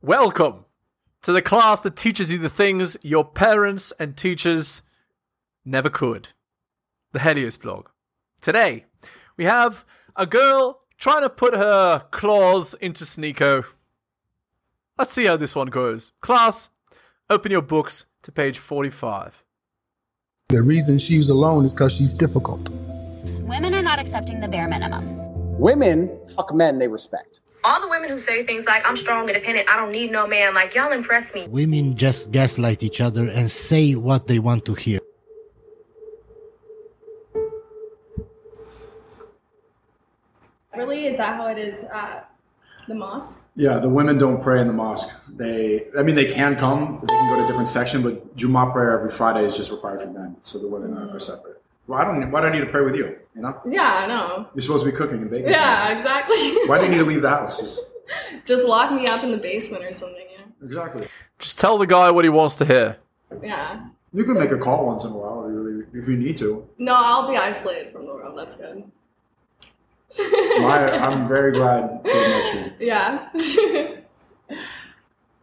Welcome to the class that teaches you the things your parents and teachers never could. The Helios blog. Today, we have a girl trying to put her claws into Sneeko. Let's see how this one goes. Class, open your books to page 45. The reason she's alone is because she's difficult. Women are not accepting the bare minimum. Women fuck men they respect. All the women who say things like, I'm strong, independent, I don't need no man, like, y'all impress me. Women just gaslight each other and say what they want to hear. Really, is that how it is at the mosque? Yeah, the women don't pray in the mosque. They, I mean, they can come. They can go to a different section, but Juma prayer every Friday is just required for men. So the women are, are separate. Well, I don't. Why do I need to pray with you? You know, Yeah, I know. you're supposed to be cooking and baking. Yeah, exactly. Why do you need to leave the house? Just, Just lock me up in the basement or something. Yeah. exactly. Just tell the guy what he wants to hear. yeah. You can make a call once in a while if you, really- if you need to. No, I'll be isolated from the world. That's good. My, I'm very glad to have met you. Yeah.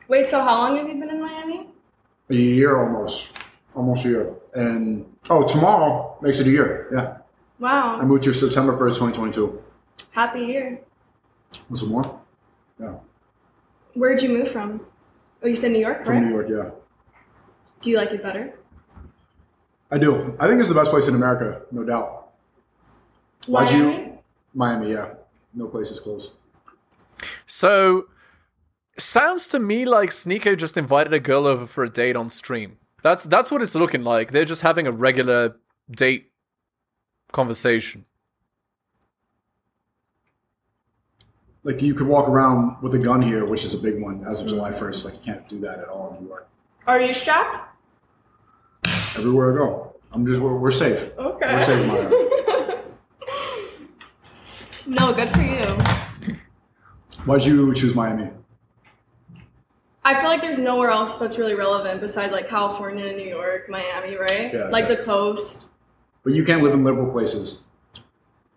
Wait, so how long have you been in Miami? A year almost, almost a year. And oh, tomorrow makes it a year. Yeah, I Wow. moved here September first, 2022. Happy year. Want some more? Yeah, Where'd you move from? Oh, you said New York, from right? New York. Yeah. Do you like it better? I do. I think it's the best place in America, no doubt. Why'd you- Miami? Miami, yeah. No place is close. So, sounds to me like Sneeko just invited a girl over for a date on stream. That's that's what it's looking like. They're just having a regular date conversation. Like you could walk around with a gun here, which is a big one as of July 1st. Like you can't do that at all in New York. Are you strapped? Everywhere I go, I'm just we're, we're safe. Okay. We're safe, Maya. No, good for you. Why'd you choose Miami? I feel like there's nowhere else that's really relevant besides like California, New York, Miami, right? Yeah, like the exactly. coast. But you can't live in liberal places.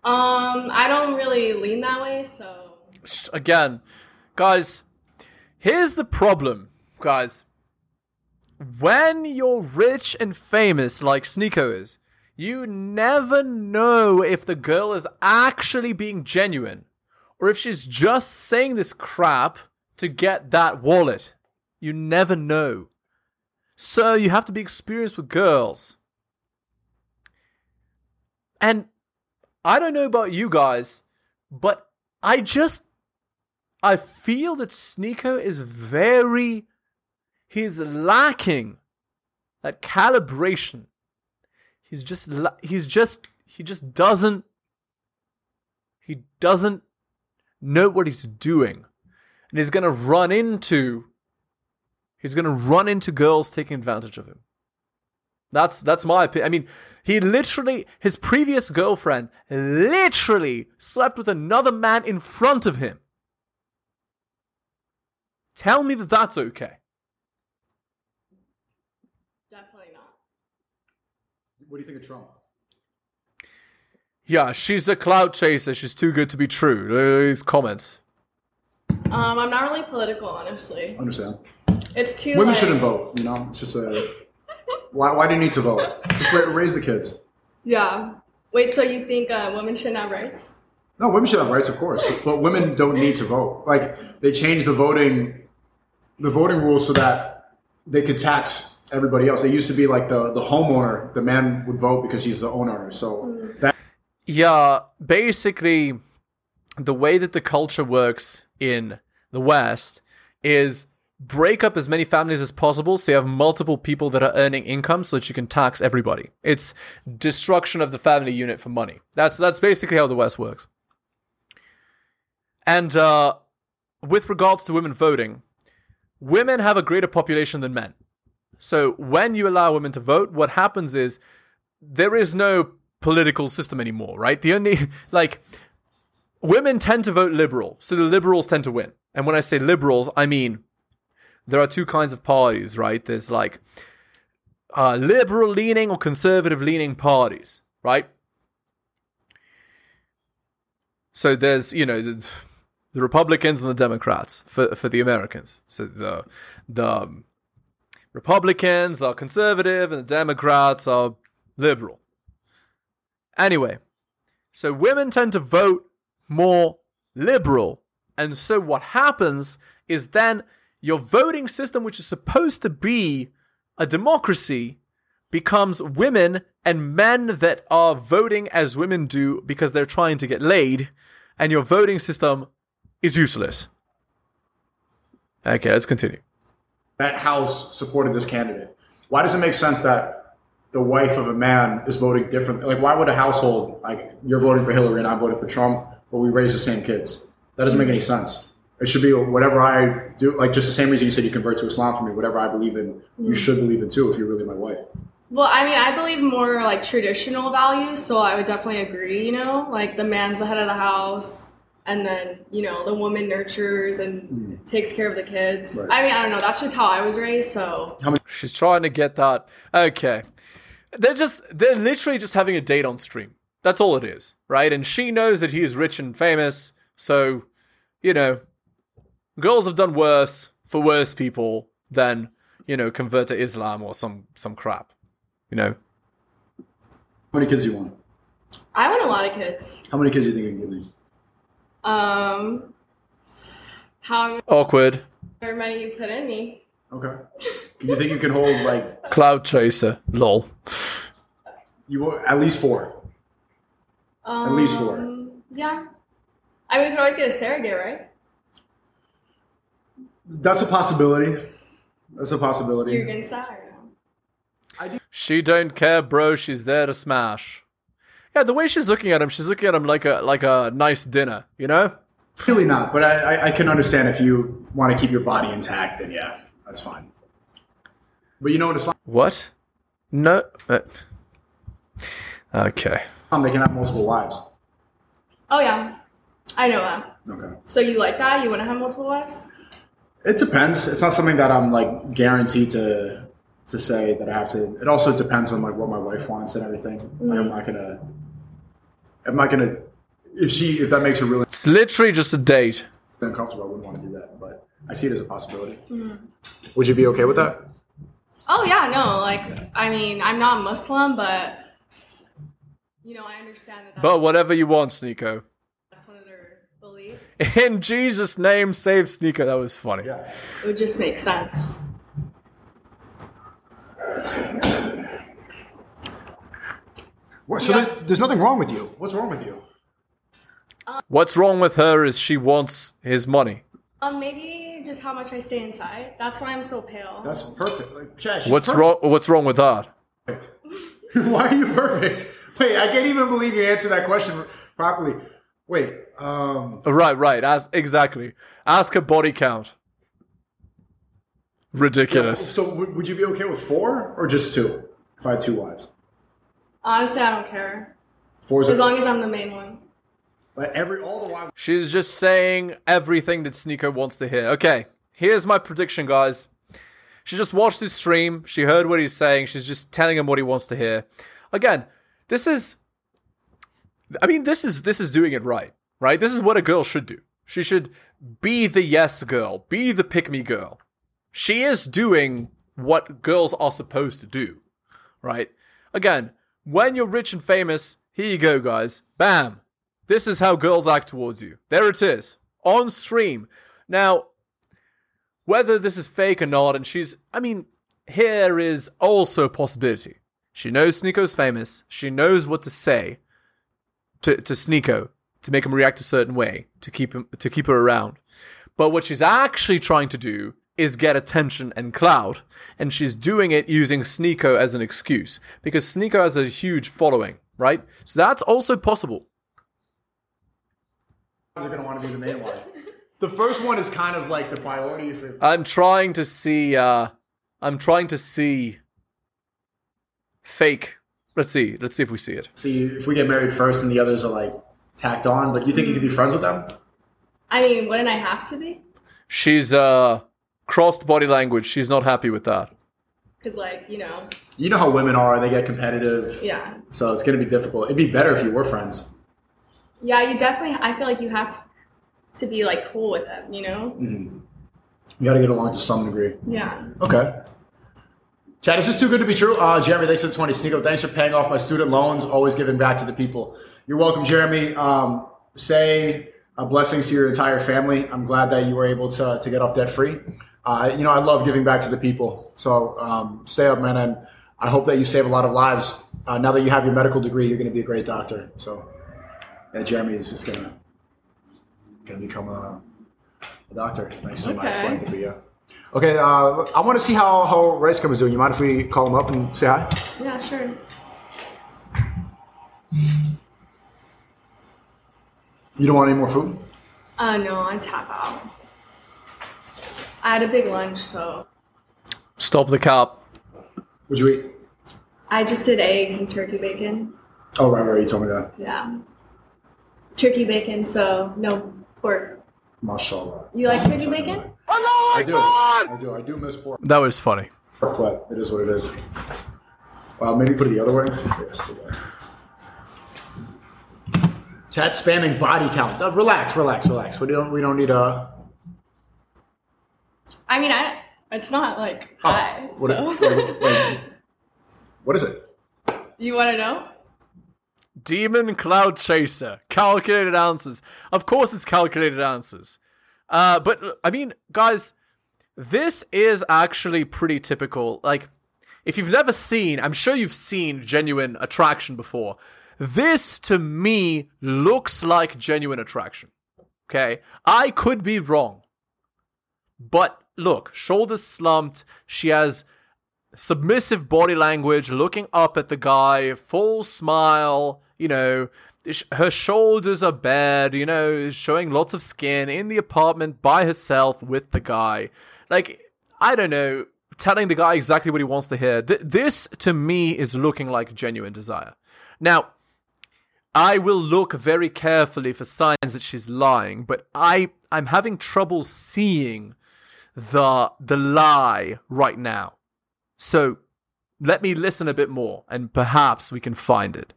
Um, I don't really lean that way, so Sh- Again, guys, here's the problem, guys. When you're rich and famous like Sneeko is, you never know if the girl is actually being genuine or if she's just saying this crap to get that wallet. You never know. So you have to be experienced with girls. And I don't know about you guys, but I just I feel that Sneeko is very he's lacking that calibration. He's just la- he's just he just doesn't he doesn't know what he's doing. And he's going to run into he's going to run into girls taking advantage of him. That's that's my opinion. I mean, he literally his previous girlfriend literally slept with another man in front of him. Tell me that that's okay. definitely not. What do you think of Trump? Yeah, she's a cloud chaser. She's too good to be true. Look at These comments. Um, I'm not really political, honestly. Understand. It's too Women like, shouldn't vote. You know, it's just a. Why, why do you need to vote? Just ra- raise the kids. Yeah. Wait, so you think uh, women shouldn't have rights? No, women should have rights, of course, but women don't need to vote. Like they changed the voting, the voting rules so that they could tax everybody else. They used to be like the the homeowner, the man would vote because he's the owner. So that Yeah, basically, the way that the culture works in the West is break up as many families as possible so you have multiple people that are earning income so that you can tax everybody. It's destruction of the family unit for money. That's that's basically how the West works. And uh, with regards to women voting, women have a greater population than men. So when you allow women to vote, what happens is there is no political system anymore, right? The only like women tend to vote liberal, so the liberals tend to win. And when I say liberals, I mean there are two kinds of parties, right? There's like uh, liberal leaning or conservative leaning parties, right? So there's you know the, the Republicans and the Democrats for, for the Americans. So the the um, Republicans are conservative and the Democrats are liberal. Anyway, so women tend to vote more liberal. And so what happens is then your voting system, which is supposed to be a democracy, becomes women and men that are voting as women do because they're trying to get laid, and your voting system is useless. Okay, let's continue. that House supported this candidate. Why does it make sense that the wife of a man is voting differently? Like, why would a household like you're voting for Hillary and I voted for Trump, but we raise the same kids? That doesn't make any sense. It should be whatever I do, like just the same reason you said you convert to Islam for me. Whatever I believe in, you should believe in too if you're really my wife. Well, I mean, I believe more like traditional values, so I would definitely agree, you know, like the man's the head of the house and then, you know, the woman nurtures and takes care of the kids. Mm. Right. I mean, I don't know, that's just how I was raised, so She's trying to get that. Okay. They're just they're literally just having a date on stream. That's all it is, right? And she knows that he is rich and famous, so you know, girls have done worse for worse people than, you know, convert to Islam or some some crap. You know. How many kids do you want? I want a lot of kids. How many kids do you think you can give me? Um however Awkward. many you put in me. Okay. Do you think you can hold like Cloud chaser. Lol. you at least four? Um, least four. Yeah. I mean, we could always get a surrogate, right? That's a possibility. That's a possibility. You're against that or no? She don't care, bro. She's there to smash. Yeah, the way she's looking at him, she's looking at him like a like a nice dinner, you know? Really not, but I, I, I can understand if you want to keep your body intact, then yeah, that's fine. But you know, in Islam, What? No. uh, okay. they can have multiple wives. Oh yeah. I know that. Okay. So you like that? You want to have multiple wives? It depends. It's not something that I'm like guaranteed to to say that I have to. It also depends on like what my wife wants and everything. Like, I'm not gonna. I'm not gonna. If she, if that makes her really It's literally just a date. uncomfortable, I wouldn't want to do that. But I see it as a possibility. Would you be okay with that? Oh yeah, no. Like, I mean, I'm not Muslim, but you know, I understand that that's, But whatever you want, Sneeko. that's one of their beliefs. In Jesus' name, save Sneeko. That was funny. Yeah. It would just make sense. What, so there- there's nothing wrong with you. What's wrong with you? What's wrong with her is she wants his money. Um, maybe just how much I stay inside. That's why I'm so pale. That's perfect. Like, yeah, she's What's perfect. wrong? What's wrong with that? perfect? Why are you perfect? Wait, I can't even believe you answered that question properly. Wait, um, Right, right. As exactly. Ask her body count. Ridiculous. so would would you be okay with four or just two? If I had two wives, Honestly, I don't care four is as long as I'm the main one. like every all the wives She's just saying everything that Sneeko wants to hear. Okay, here's my prediction, guys. She just watched his stream. She heard what he's saying. She's just telling him what he wants to hear. Again, this is. I mean, this is this is doing it right, right? This is what a girl should do. She should be the yes girl, be the pick me girl. She is doing what girls are supposed to do, right? Again, when you're rich and famous, here you go, guys. Bam. This is how girls act towards you. There it is. On stream. Now, whether this is fake or not, and she's, I mean, here is also a possibility. She knows Sneeko's famous. She knows what to say to, to Sneeko to make him react a certain way, to keep him, to keep her around. But what she's actually trying to do is get attention and clout, and she's doing it using Sneeko as an excuse because Sneeko has a huge following, right? So that's also possible. are going to want to be the main one. The first one is kind of like the priority for. I'm trying to see. Uh, I'm trying to see. Fake. Let's see. Let's see if we see it. See, if we get married first and the others are like tacked on, like you think you could Mm-hmm. be friends with them? I mean, wouldn't I have to be? She's uh crossed body language. She's not happy with that. Because, like, you know, You know how women are; they get competitive, yeah, so it's going to be difficult. It'd be better if you were friends. yeah. You definitely. I feel like you have to be like cool with them, you know? Mm-hmm. You got to get along to some degree. Yeah. Okay. Chad, this is too good to be true. Uh, Jeremy, thanks for the 20 Sneeko. Thanks for paying off my student loans, always giving back to the people. You're welcome, Jeremy. Um, say uh, blessings to your entire family. I'm glad that you were able to, to get off debt free. Uh, you know, I love giving back to the people. So um, stay up, man. And I hope that you save a lot of lives. Uh, now that you have your medical degree, you're going to be a great doctor. So yeah, Jeremy is just going to gonna become a, a doctor. Nice to my Okay. philanthropy, yeah. Okay, uh, I want to see how, how Rice Cup is doing. You mind if we call him up and say hi? Yeah, sure. You don't want any more food? Uh, no, I tap out. I had a big lunch, so Stop the cop. Would you eat? I just did eggs and turkey bacon. Oh, right, right. You told me that. Yeah. Turkey bacon, so no pork. Mashallah. You like turkey bacon? I do. I do. I do miss pork, That was funny. but it is what it is. Wow, maybe put it the other way? Yes, the way. Chat spamming body count. Uh, relax, relax, relax. We don't, we don't need uh, a. I mean, I it's not like Oh, high. what, so. like- like- what is it? you want to know? Demon Cloud Chaser. Calculated answers. Of course, it's calculated answers. Uh, but I mean, guys, this is actually pretty typical. Like, if you've never seen, I'm sure you've seen genuine attraction before. This to me looks like genuine attraction. Okay, I could be wrong, but look, shoulders slumped. She has submissive body language, looking up at the guy, full smile, you know, sh- her shoulders are bared, you know, showing lots of skin in the apartment by herself with the guy. Like, I don't know, telling the guy exactly what he wants to hear. Th- this, to me, is looking like genuine desire. Now, I will look very carefully for signs that she's lying, but I I'm having trouble seeing the the lie right now. So let me listen a bit more and perhaps we can find it.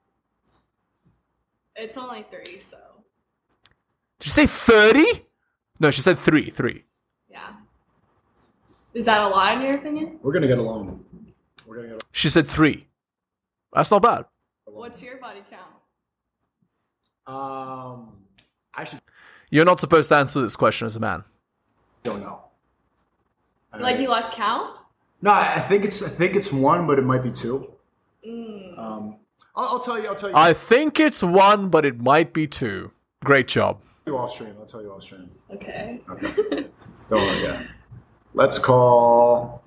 It's only three, so Did she say 30? No, she said 3, 3. yeah. Is that a lot in your opinion? We're going to get along. We're going to get She said 3. That's not bad. What's your body count? along. Um, I should. You're not supposed to answer this question as a man. Don't know. I Like don't- you lost count? No, I I think it's I think it's one, but it might be two. Mm. Um, I'll, I'll tell you. I'll tell you. I think it's 1, but it might be 2. Great job. you off stream. I'll tell you off stream. Okay. Don't worry. Yeah. Let's call.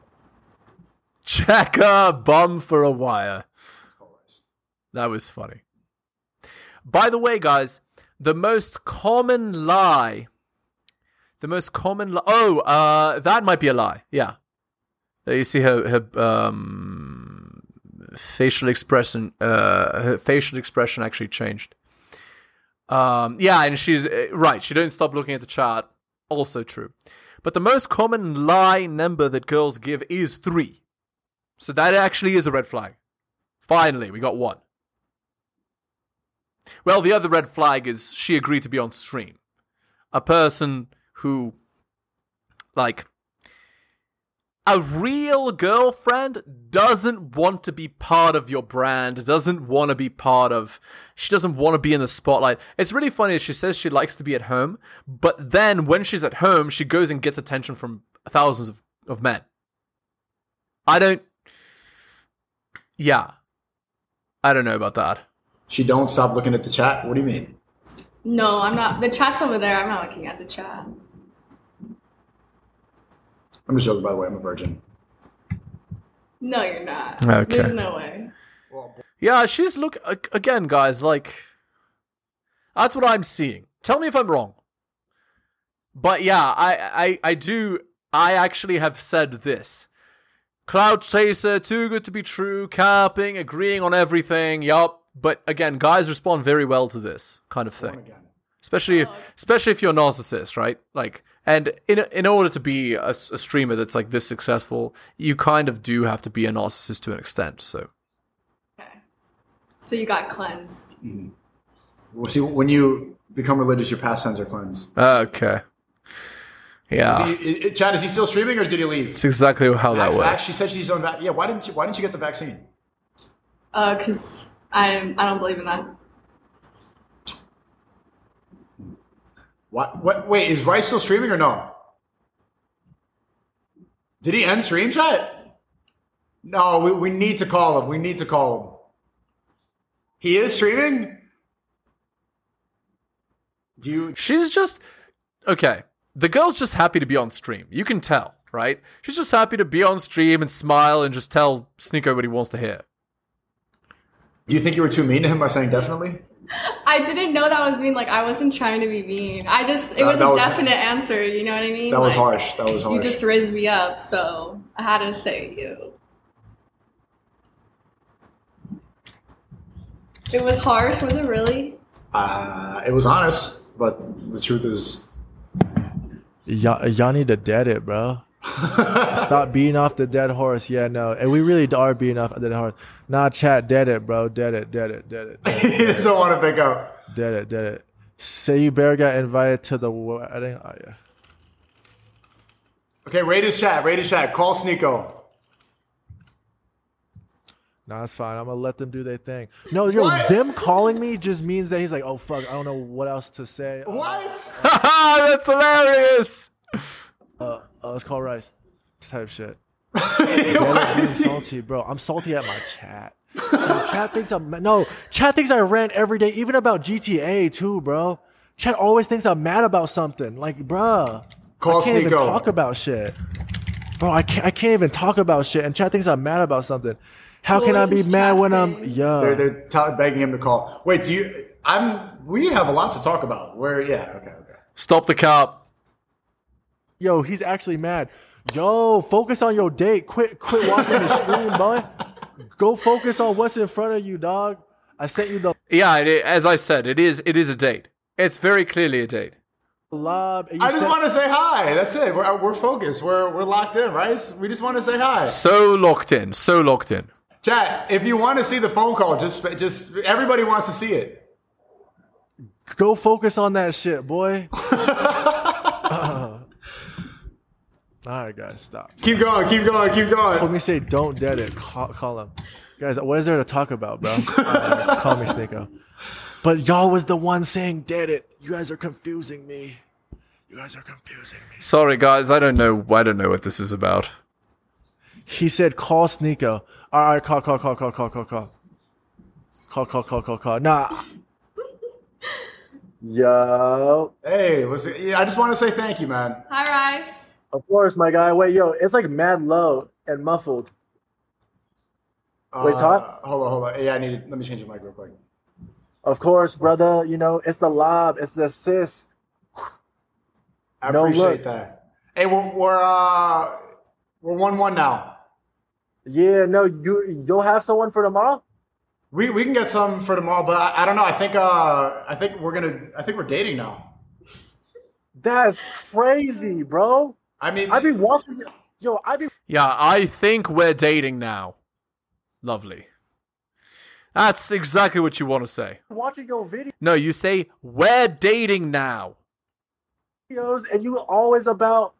Checker bum for a wire. Let's call Rice. That was funny. By the way, guys, the most common lie. The most common li- Oh, uh, that might be a lie. Yeah. Uh, You see her her um, facial expression uh, her facial expression actually changed. Um, yeah, and she's uh, right. She don't stop looking at the chart. Also true. But the most common lie number that girls give is three. So that actually is a red flag. Finally, we got one. Well, the other red flag is she agreed to be on stream. A person who, like, a real girlfriend doesn't want to be part of your brand, doesn't want to be part of, she doesn't want to be in the spotlight. It's really funny. She says she likes to be at home, but then when she's at home, she goes and gets attention from thousands of, of men. I don't, yeah. I don't know about that. She don't stop looking at the chat. What do you mean? No, I'm not. The chat's over there. I'm not looking at the chat. I'm just joking. By the way, I'm a virgin. No, you're not. Okay. There's no way. Yeah, she's look a- again, guys. Like, that's what I'm seeing. Tell me if I'm wrong. But yeah, I, I, I do. I actually have said this. Cloud chaser, too good to be true, capping, agreeing on everything. Yup. But again, guys respond very well to this kind of thing. Again. especially especially if you're a narcissist, right? Like, and in in order to be a, s- a streamer that's like this successful, you kind of do have to be a narcissist to an extent. So Okay. So you got cleansed. Well, see, when you become religious, your past sins are cleansed. Okay. Yeah. He- i- i- Chad, is he still streaming or did he leave? It's exactly how that Vax, vax, works. she said she's on vac. Yeah, why didn't you? Why didn't you get the vaccine? Uh, cause I I don't believe in that. What? What? Wait, is Rice still streaming or no? Did he end stream chat? No, we, we need to call him. We need to call him. He is streaming. Do you? She's just okay. The girl's just happy to be on stream. You can tell, right? She's just happy to be on stream and smile and just tell Sneeko what he wants to hear. Do you think you were too mean to him by saying definitely? I didn't know that was mean. Like I wasn't trying to be mean. I just it Uh, was that a was- definite answer. You know what I mean? That was Like, harsh. That was harsh. You just raised me up, so I had to say you. It was harsh, was it really? uh, it was honest, but the truth is, Y'all, y'all need to dead it, bro. Stop beating off the dead horse. Yeah, no. And we really are beating off the dead horse. Nah, chat, dead it, bro. Dead it, dead it, dead it, dead it, he doesn't want to pick up. dead it. Dead it. Say you bear got invited to the wedding. Oh, yeah. Okay, rate his chat. Rate his chat. Call Sneeko. Nah, it's fine. I'm gonna let them do their thing. No, yo, What? them calling me just means that he's like, oh fuck, I don't know what else to say. Uh, What? Haha, that's hilarious. uh, let's call Rice. Type shit. Why I'm is he- salty, bro. I'm salty at my chat. Yo, chat thinks I'm ma- no. Chat thinks I rant every day, even about GTA too, bro. Chat always thinks I'm mad about something. Like, bruh, Call I can't even Sneeko. talk about shit, bro. I can't. I can't even talk about shit, and chat thinks I'm mad about something. How What can I was be his mad chat when I'm saying? yeah? They're, they're t- begging him to call. Wait, do you? I'm. We have a lot to talk about. Where? Yeah. Okay. Okay. Stop the cop. Yo, he's actually mad. Yo, focus on your date. Quit quit watching the stream, boy. Go focus on what's in front of you, dog. I sent you the Yeah, it, i- as I said, it is it is a date. It's very clearly a date. lob. and you I just sent- want to say hi. That's it. We're, we're focused. We're we're locked in, right? We just want to say hi. So locked in, so locked in. Chat. If you want to see the phone call, just just everybody wants to see it. go focus on that shit, boy. all right, guys, stop. Keep going. Keep going. Keep Let going. me say, don't dead it. Call, call him, guys. What is there to talk about, bro? Uh, call me, Sneeko. But y'all was the one saying dead it. You guys are confusing me. You guys are confusing me. Sorry guys, I don't know I don't know what this is about. He said, call Sneeko. All right, call, call, call, call, call, call, call. Call, call, call, call, call. Nah. Yo, Hey, what's it? Yeah, I just want to say thank you, man. Hi, Rice. of course, my guy. Wait, yo, it's like mad low and muffled. Wait, Todd? Uh, Hold on. Hold on. Yeah, I need. Let me change the mic real quick. Of course, brother. You know, it's the lob, it's the assist. I No appreciate look. that. Hey, we're we're, uh, we're one one now. Yeah, no, you you'll have someone for tomorrow. We we can get some for tomorrow, but I, I don't know. I think uh I think we're gonna I think we're dating now. That's crazy, bro. I mean, I be watching. Yo, I be Yeah, I think we're dating now. Lovely. That's exactly what you want to say. watching your videos, No, you say we're dating now. and you always about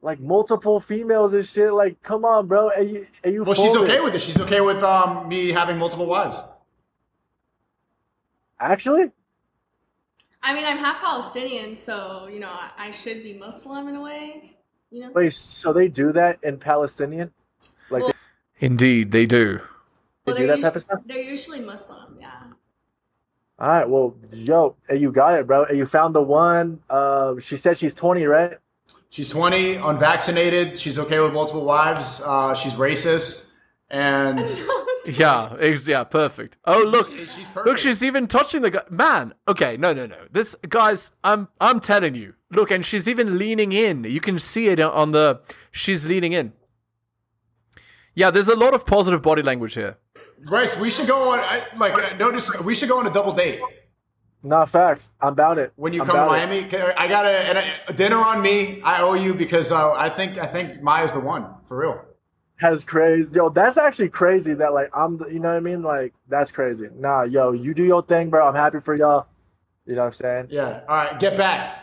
like multiple females and shit. Like, come on, bro. And you, and you well, she's fold it. okay with it. She's okay with um me having multiple wives. Actually, I mean, I'm half Palestinian, so you know I, I should be Muslim in a way. You know, wait. So they do that in Palestinian? Like Indeed, they do. they, Well, do they're that type of usu- stuff? They're usually Muslim, yeah. All right, well, yo, hey, you got it, bro. Hey, You found the one. Uh, she said she's 20, right? She's 20, unvaccinated. She's okay with multiple wives. Uh, she's racist, and Yeah, ex- yeah, perfect. Oh look, She- she's look, perfect. she's even touching the guy. Man, okay, no, no, no. This guys, I'm, I'm telling you. Look, and she's even leaning in. You can see it on the. She's leaning in. Yeah, there's a lot of positive body language here. Bryce, we should go on. I, like, uh, no, dis- we should go on a double date Nah, facts. I'm about it. when you I'm come to about it. Miami. Can- I got a, and a dinner on me. I owe you because uh, I think I think Maya's the one for real. Has crazy, yo. That's actually crazy. That like I'm, the, you know what I mean? Like that's crazy. Nah, yo, you do your thing, bro. I'm happy for y'all. You know what I'm saying? Yeah. All right, get back.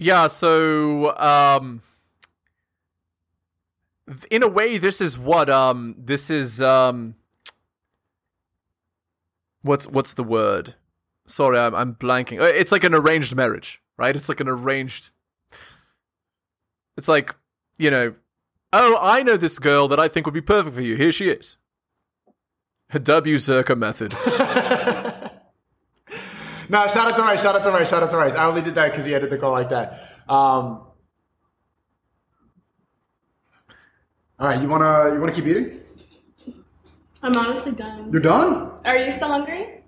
Yeah, so um th- in a way this is what um this is um what's what's the word? Sorry, I'm I'm blanking. Uh, It's like an arranged marriage, right? It's like an arranged It's like, you know, oh, I know this girl that I think would be perfect for you. Here she is. Her W Zerka method. No, shout out to Rice. Shout out to Rice. Shout out to Rice. I only did that because he ended the call like that. Um, all right, you wanna you wanna keep eating? I'm honestly done. You're done? Are you still hungry?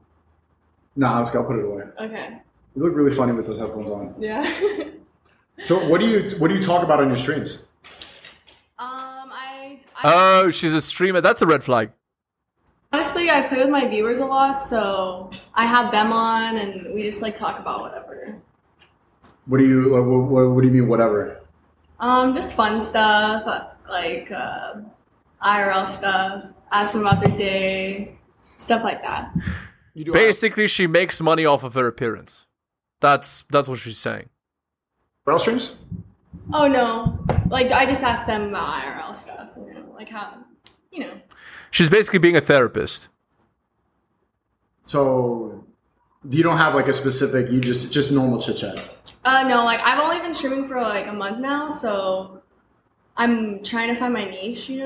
No, I was gonna put it away. Okay. You look really funny with those headphones on. Yeah. So, what do you what do you talk about on your streams? um, I, I Uh, oh, she's a streamer. That's a red flag. honestly I play with my viewers a lot, so I have them on, and we just like talk about whatever. What do you like, what, what, what do you mean? Whatever. Um, just fun stuff like uh, IRL stuff. Ask them about their day, stuff like that. You do Basically, she makes money off of her appearance. That's that's what she's saying. IRL streams. Oh no, like I just ask them about IRL stuff, you know, like how, you know. She's basically being a therapist. So, you don't have like a specific. You just just normal chit chat. Uh, no, like I've only been streaming for like a month now, so I'm trying to find my niche, you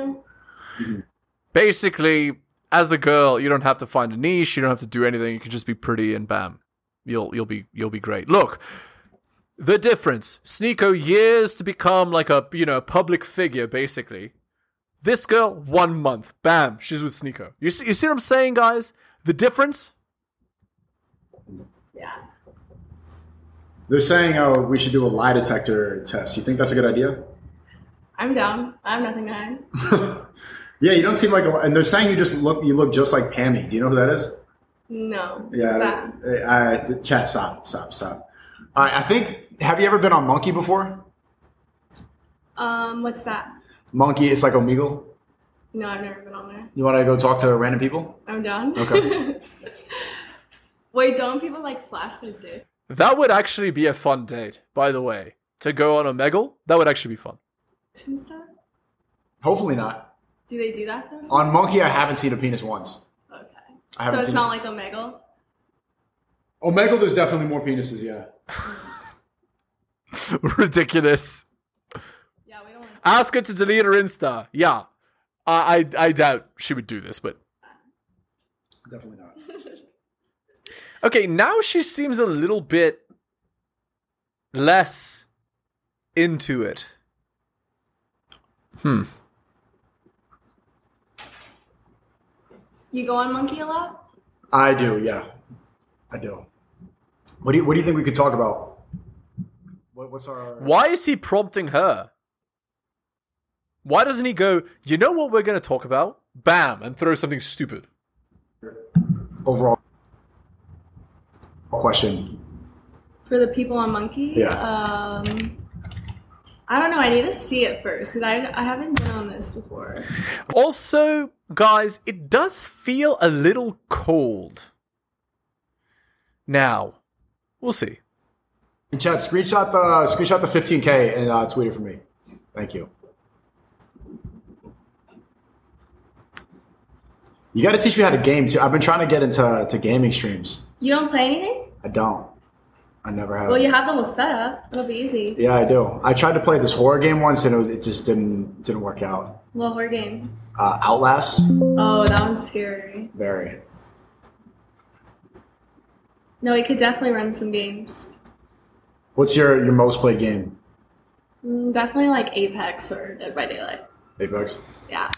know. Basically, as a girl, you don't have to find a niche. You don't have to do anything. You can just be pretty, and bam, you'll you'll be you'll be great. Look, the difference. Sneeko years to become like a you know public figure. Basically, this girl one month, bam, she's with Sneeko. You see, you see what I'm saying, guys? The difference. Yeah. They're saying, oh, we should do a lie detector test. You think that's a good idea? I'm down. I have nothing to hide. Yeah, you don't seem like a. li- And they're saying you just look. You look just like Pammy. Do you know who that is? No. Yeah. What's that? I, I- uh, chat. Stop. Stop. Stop. All right. I think. Have you ever been on Monkey before? Um, what's that? Monkey. It's like Omegle. No, I've never been on there. You want to go talk to random people? I'm down. Okay. Wait, don't people like flash their dick? That would actually be a fun date, by the way. To go on a megal, that would actually be fun. and stuff? Hopefully not. Do they do that? though? On Monkey, I haven't seen a penis once. okay. Oh, So I haven't it's seen. not like Omegle. Omegle, there's definitely more penises. Yeah. Ridiculous. Yeah, we don't want to. Ask her to delete her Insta. Yeah. I, I I doubt she would do this, but Definitely not. okay, now she seems a little bit less into it. You go on Monkey a lot? I do. Yeah. I do. What do you What do you think we could talk about? What, what's our? Why is he prompting her? Why doesn't he go, you know what we're gonna talk about? Bam, and throw something stupid. overall question. For the people on Monkey? Yeah. Um, I don't know. I need to see it first because I, I haven't been on this before. Also, guys, it does feel a little cold. Now, we'll see. In chat, screenshot the screenshot the 15k and uh, tweet it for me. Thank you. You got to teach me how to game too. I've been trying to get into to gaming streams. You don't play anything? I don't. I never have. Well, you have the whole setup. It'll be easy. yeah, I do. I tried to play this horror game once and it, was, it just didn't didn't work out. Well, horror game. Uh, Outlast, Oh, that one's scary. very. No, we could definitely run some games. What's your your most played game? Mm, definitely like Apex or Dead by Daylight. Apex. Yeah.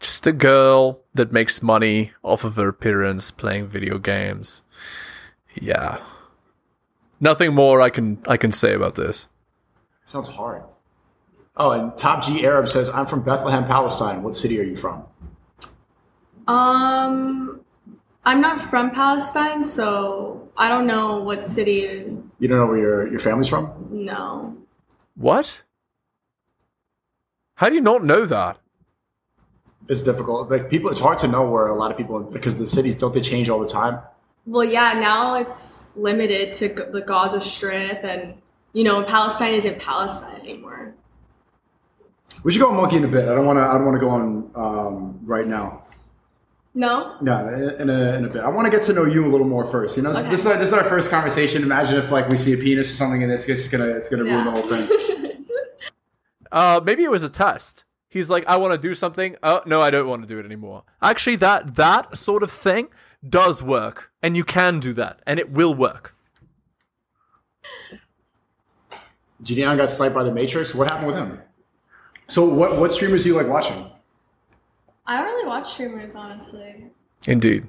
Just a girl that makes money off of her appearance playing video games. Yeah. Nothing more I can I can say about this. Sounds hard. Oh, and Top G Arab says, "I'm from Bethlehem, Palestine. What city are you from?" Um, I'm not from Palestine, so I don't know what city. You don't know where your your family's from? No. What? How do you not know that? It's difficult. Like people, it's hard to know where a lot of people because the cities don't they change all the time. Well, yeah, now it's limited to g- the Gaza Strip, and you know, Palestine isn't Palestine anymore. We should go on monkey in a bit. I don't want to. I don't want to go on um, right now. No, No, in a, in a bit. I want to get to know you a little more first. You know, this, Okay. this, is, our, this is our first conversation. Imagine if like we see a penis or something, and it's just gonna it's gonna ruin the whole thing. Uh, maybe it was a test. He's like, I want to do something. Oh no, I don't want to do it anymore. Actually, that that sort of thing does work, and you can do that, and it will work. Gideon got sniped by the Matrix. What happened with him? So what what streamers do you like watching? I don't really watch streamers, honestly. Indeed,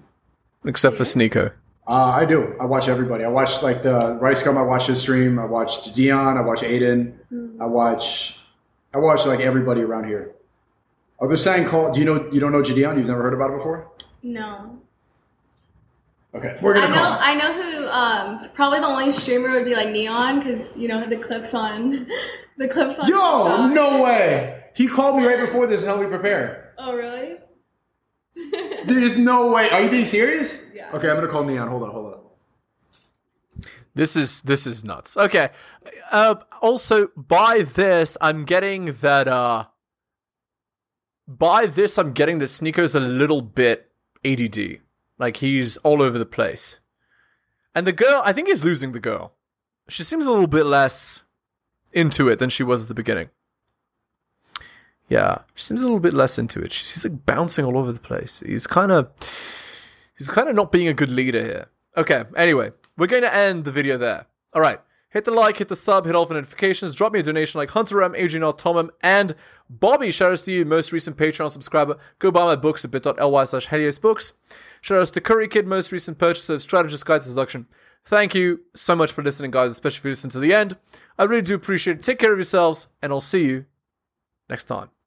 except for Sneeko. Uh, I do. I watch everybody. I watch like the Rice Gum. I watch his stream. I watch Dion. I watch Aiden. Mm-hmm. I watch. I watch like everybody around here. Oh, they're saying call. Do you know? You don't know Gideon? You've never heard about it before? No, Okay, we're I gonna know. call. I know who. Um, probably the only streamer would be like Neon, because you know the clips on the clips on. Yo, TikTok. no way. He called me right before this and helped me prepare. Oh, really? There's no way. Are you being serious? Yeah. Okay, I'm gonna call Neon. Hold on, hold on. This is this is nuts. Okay. Uh, also, by this, I'm getting that. Uh, by this, I'm getting that Sneako's a little bit ADD. Like he's all over the place. And the girl, I think he's losing the girl. She seems a little bit less into it than she was at the beginning. Yeah, she seems a little bit less into it. She's like bouncing all over the place. He's kind of he's kind of not being a good leader here. Okay, anyway, we're going to end the video there. All right, hit the like, hit the sub, hit all the notifications, drop me a donation like Hunter M, Adrian R, Tom M, and Bobby. Shout outs to you, most recent Patreon subscriber. Go buy my books at bit.ly slash Helios Books. Shout outs to Curry Kid, most recent purchaser of Strategist Guide to Seduction. Thank you so much for listening, guys, especially if you listen to the end. I really do appreciate it. Take care of yourselves, and I'll see you next time.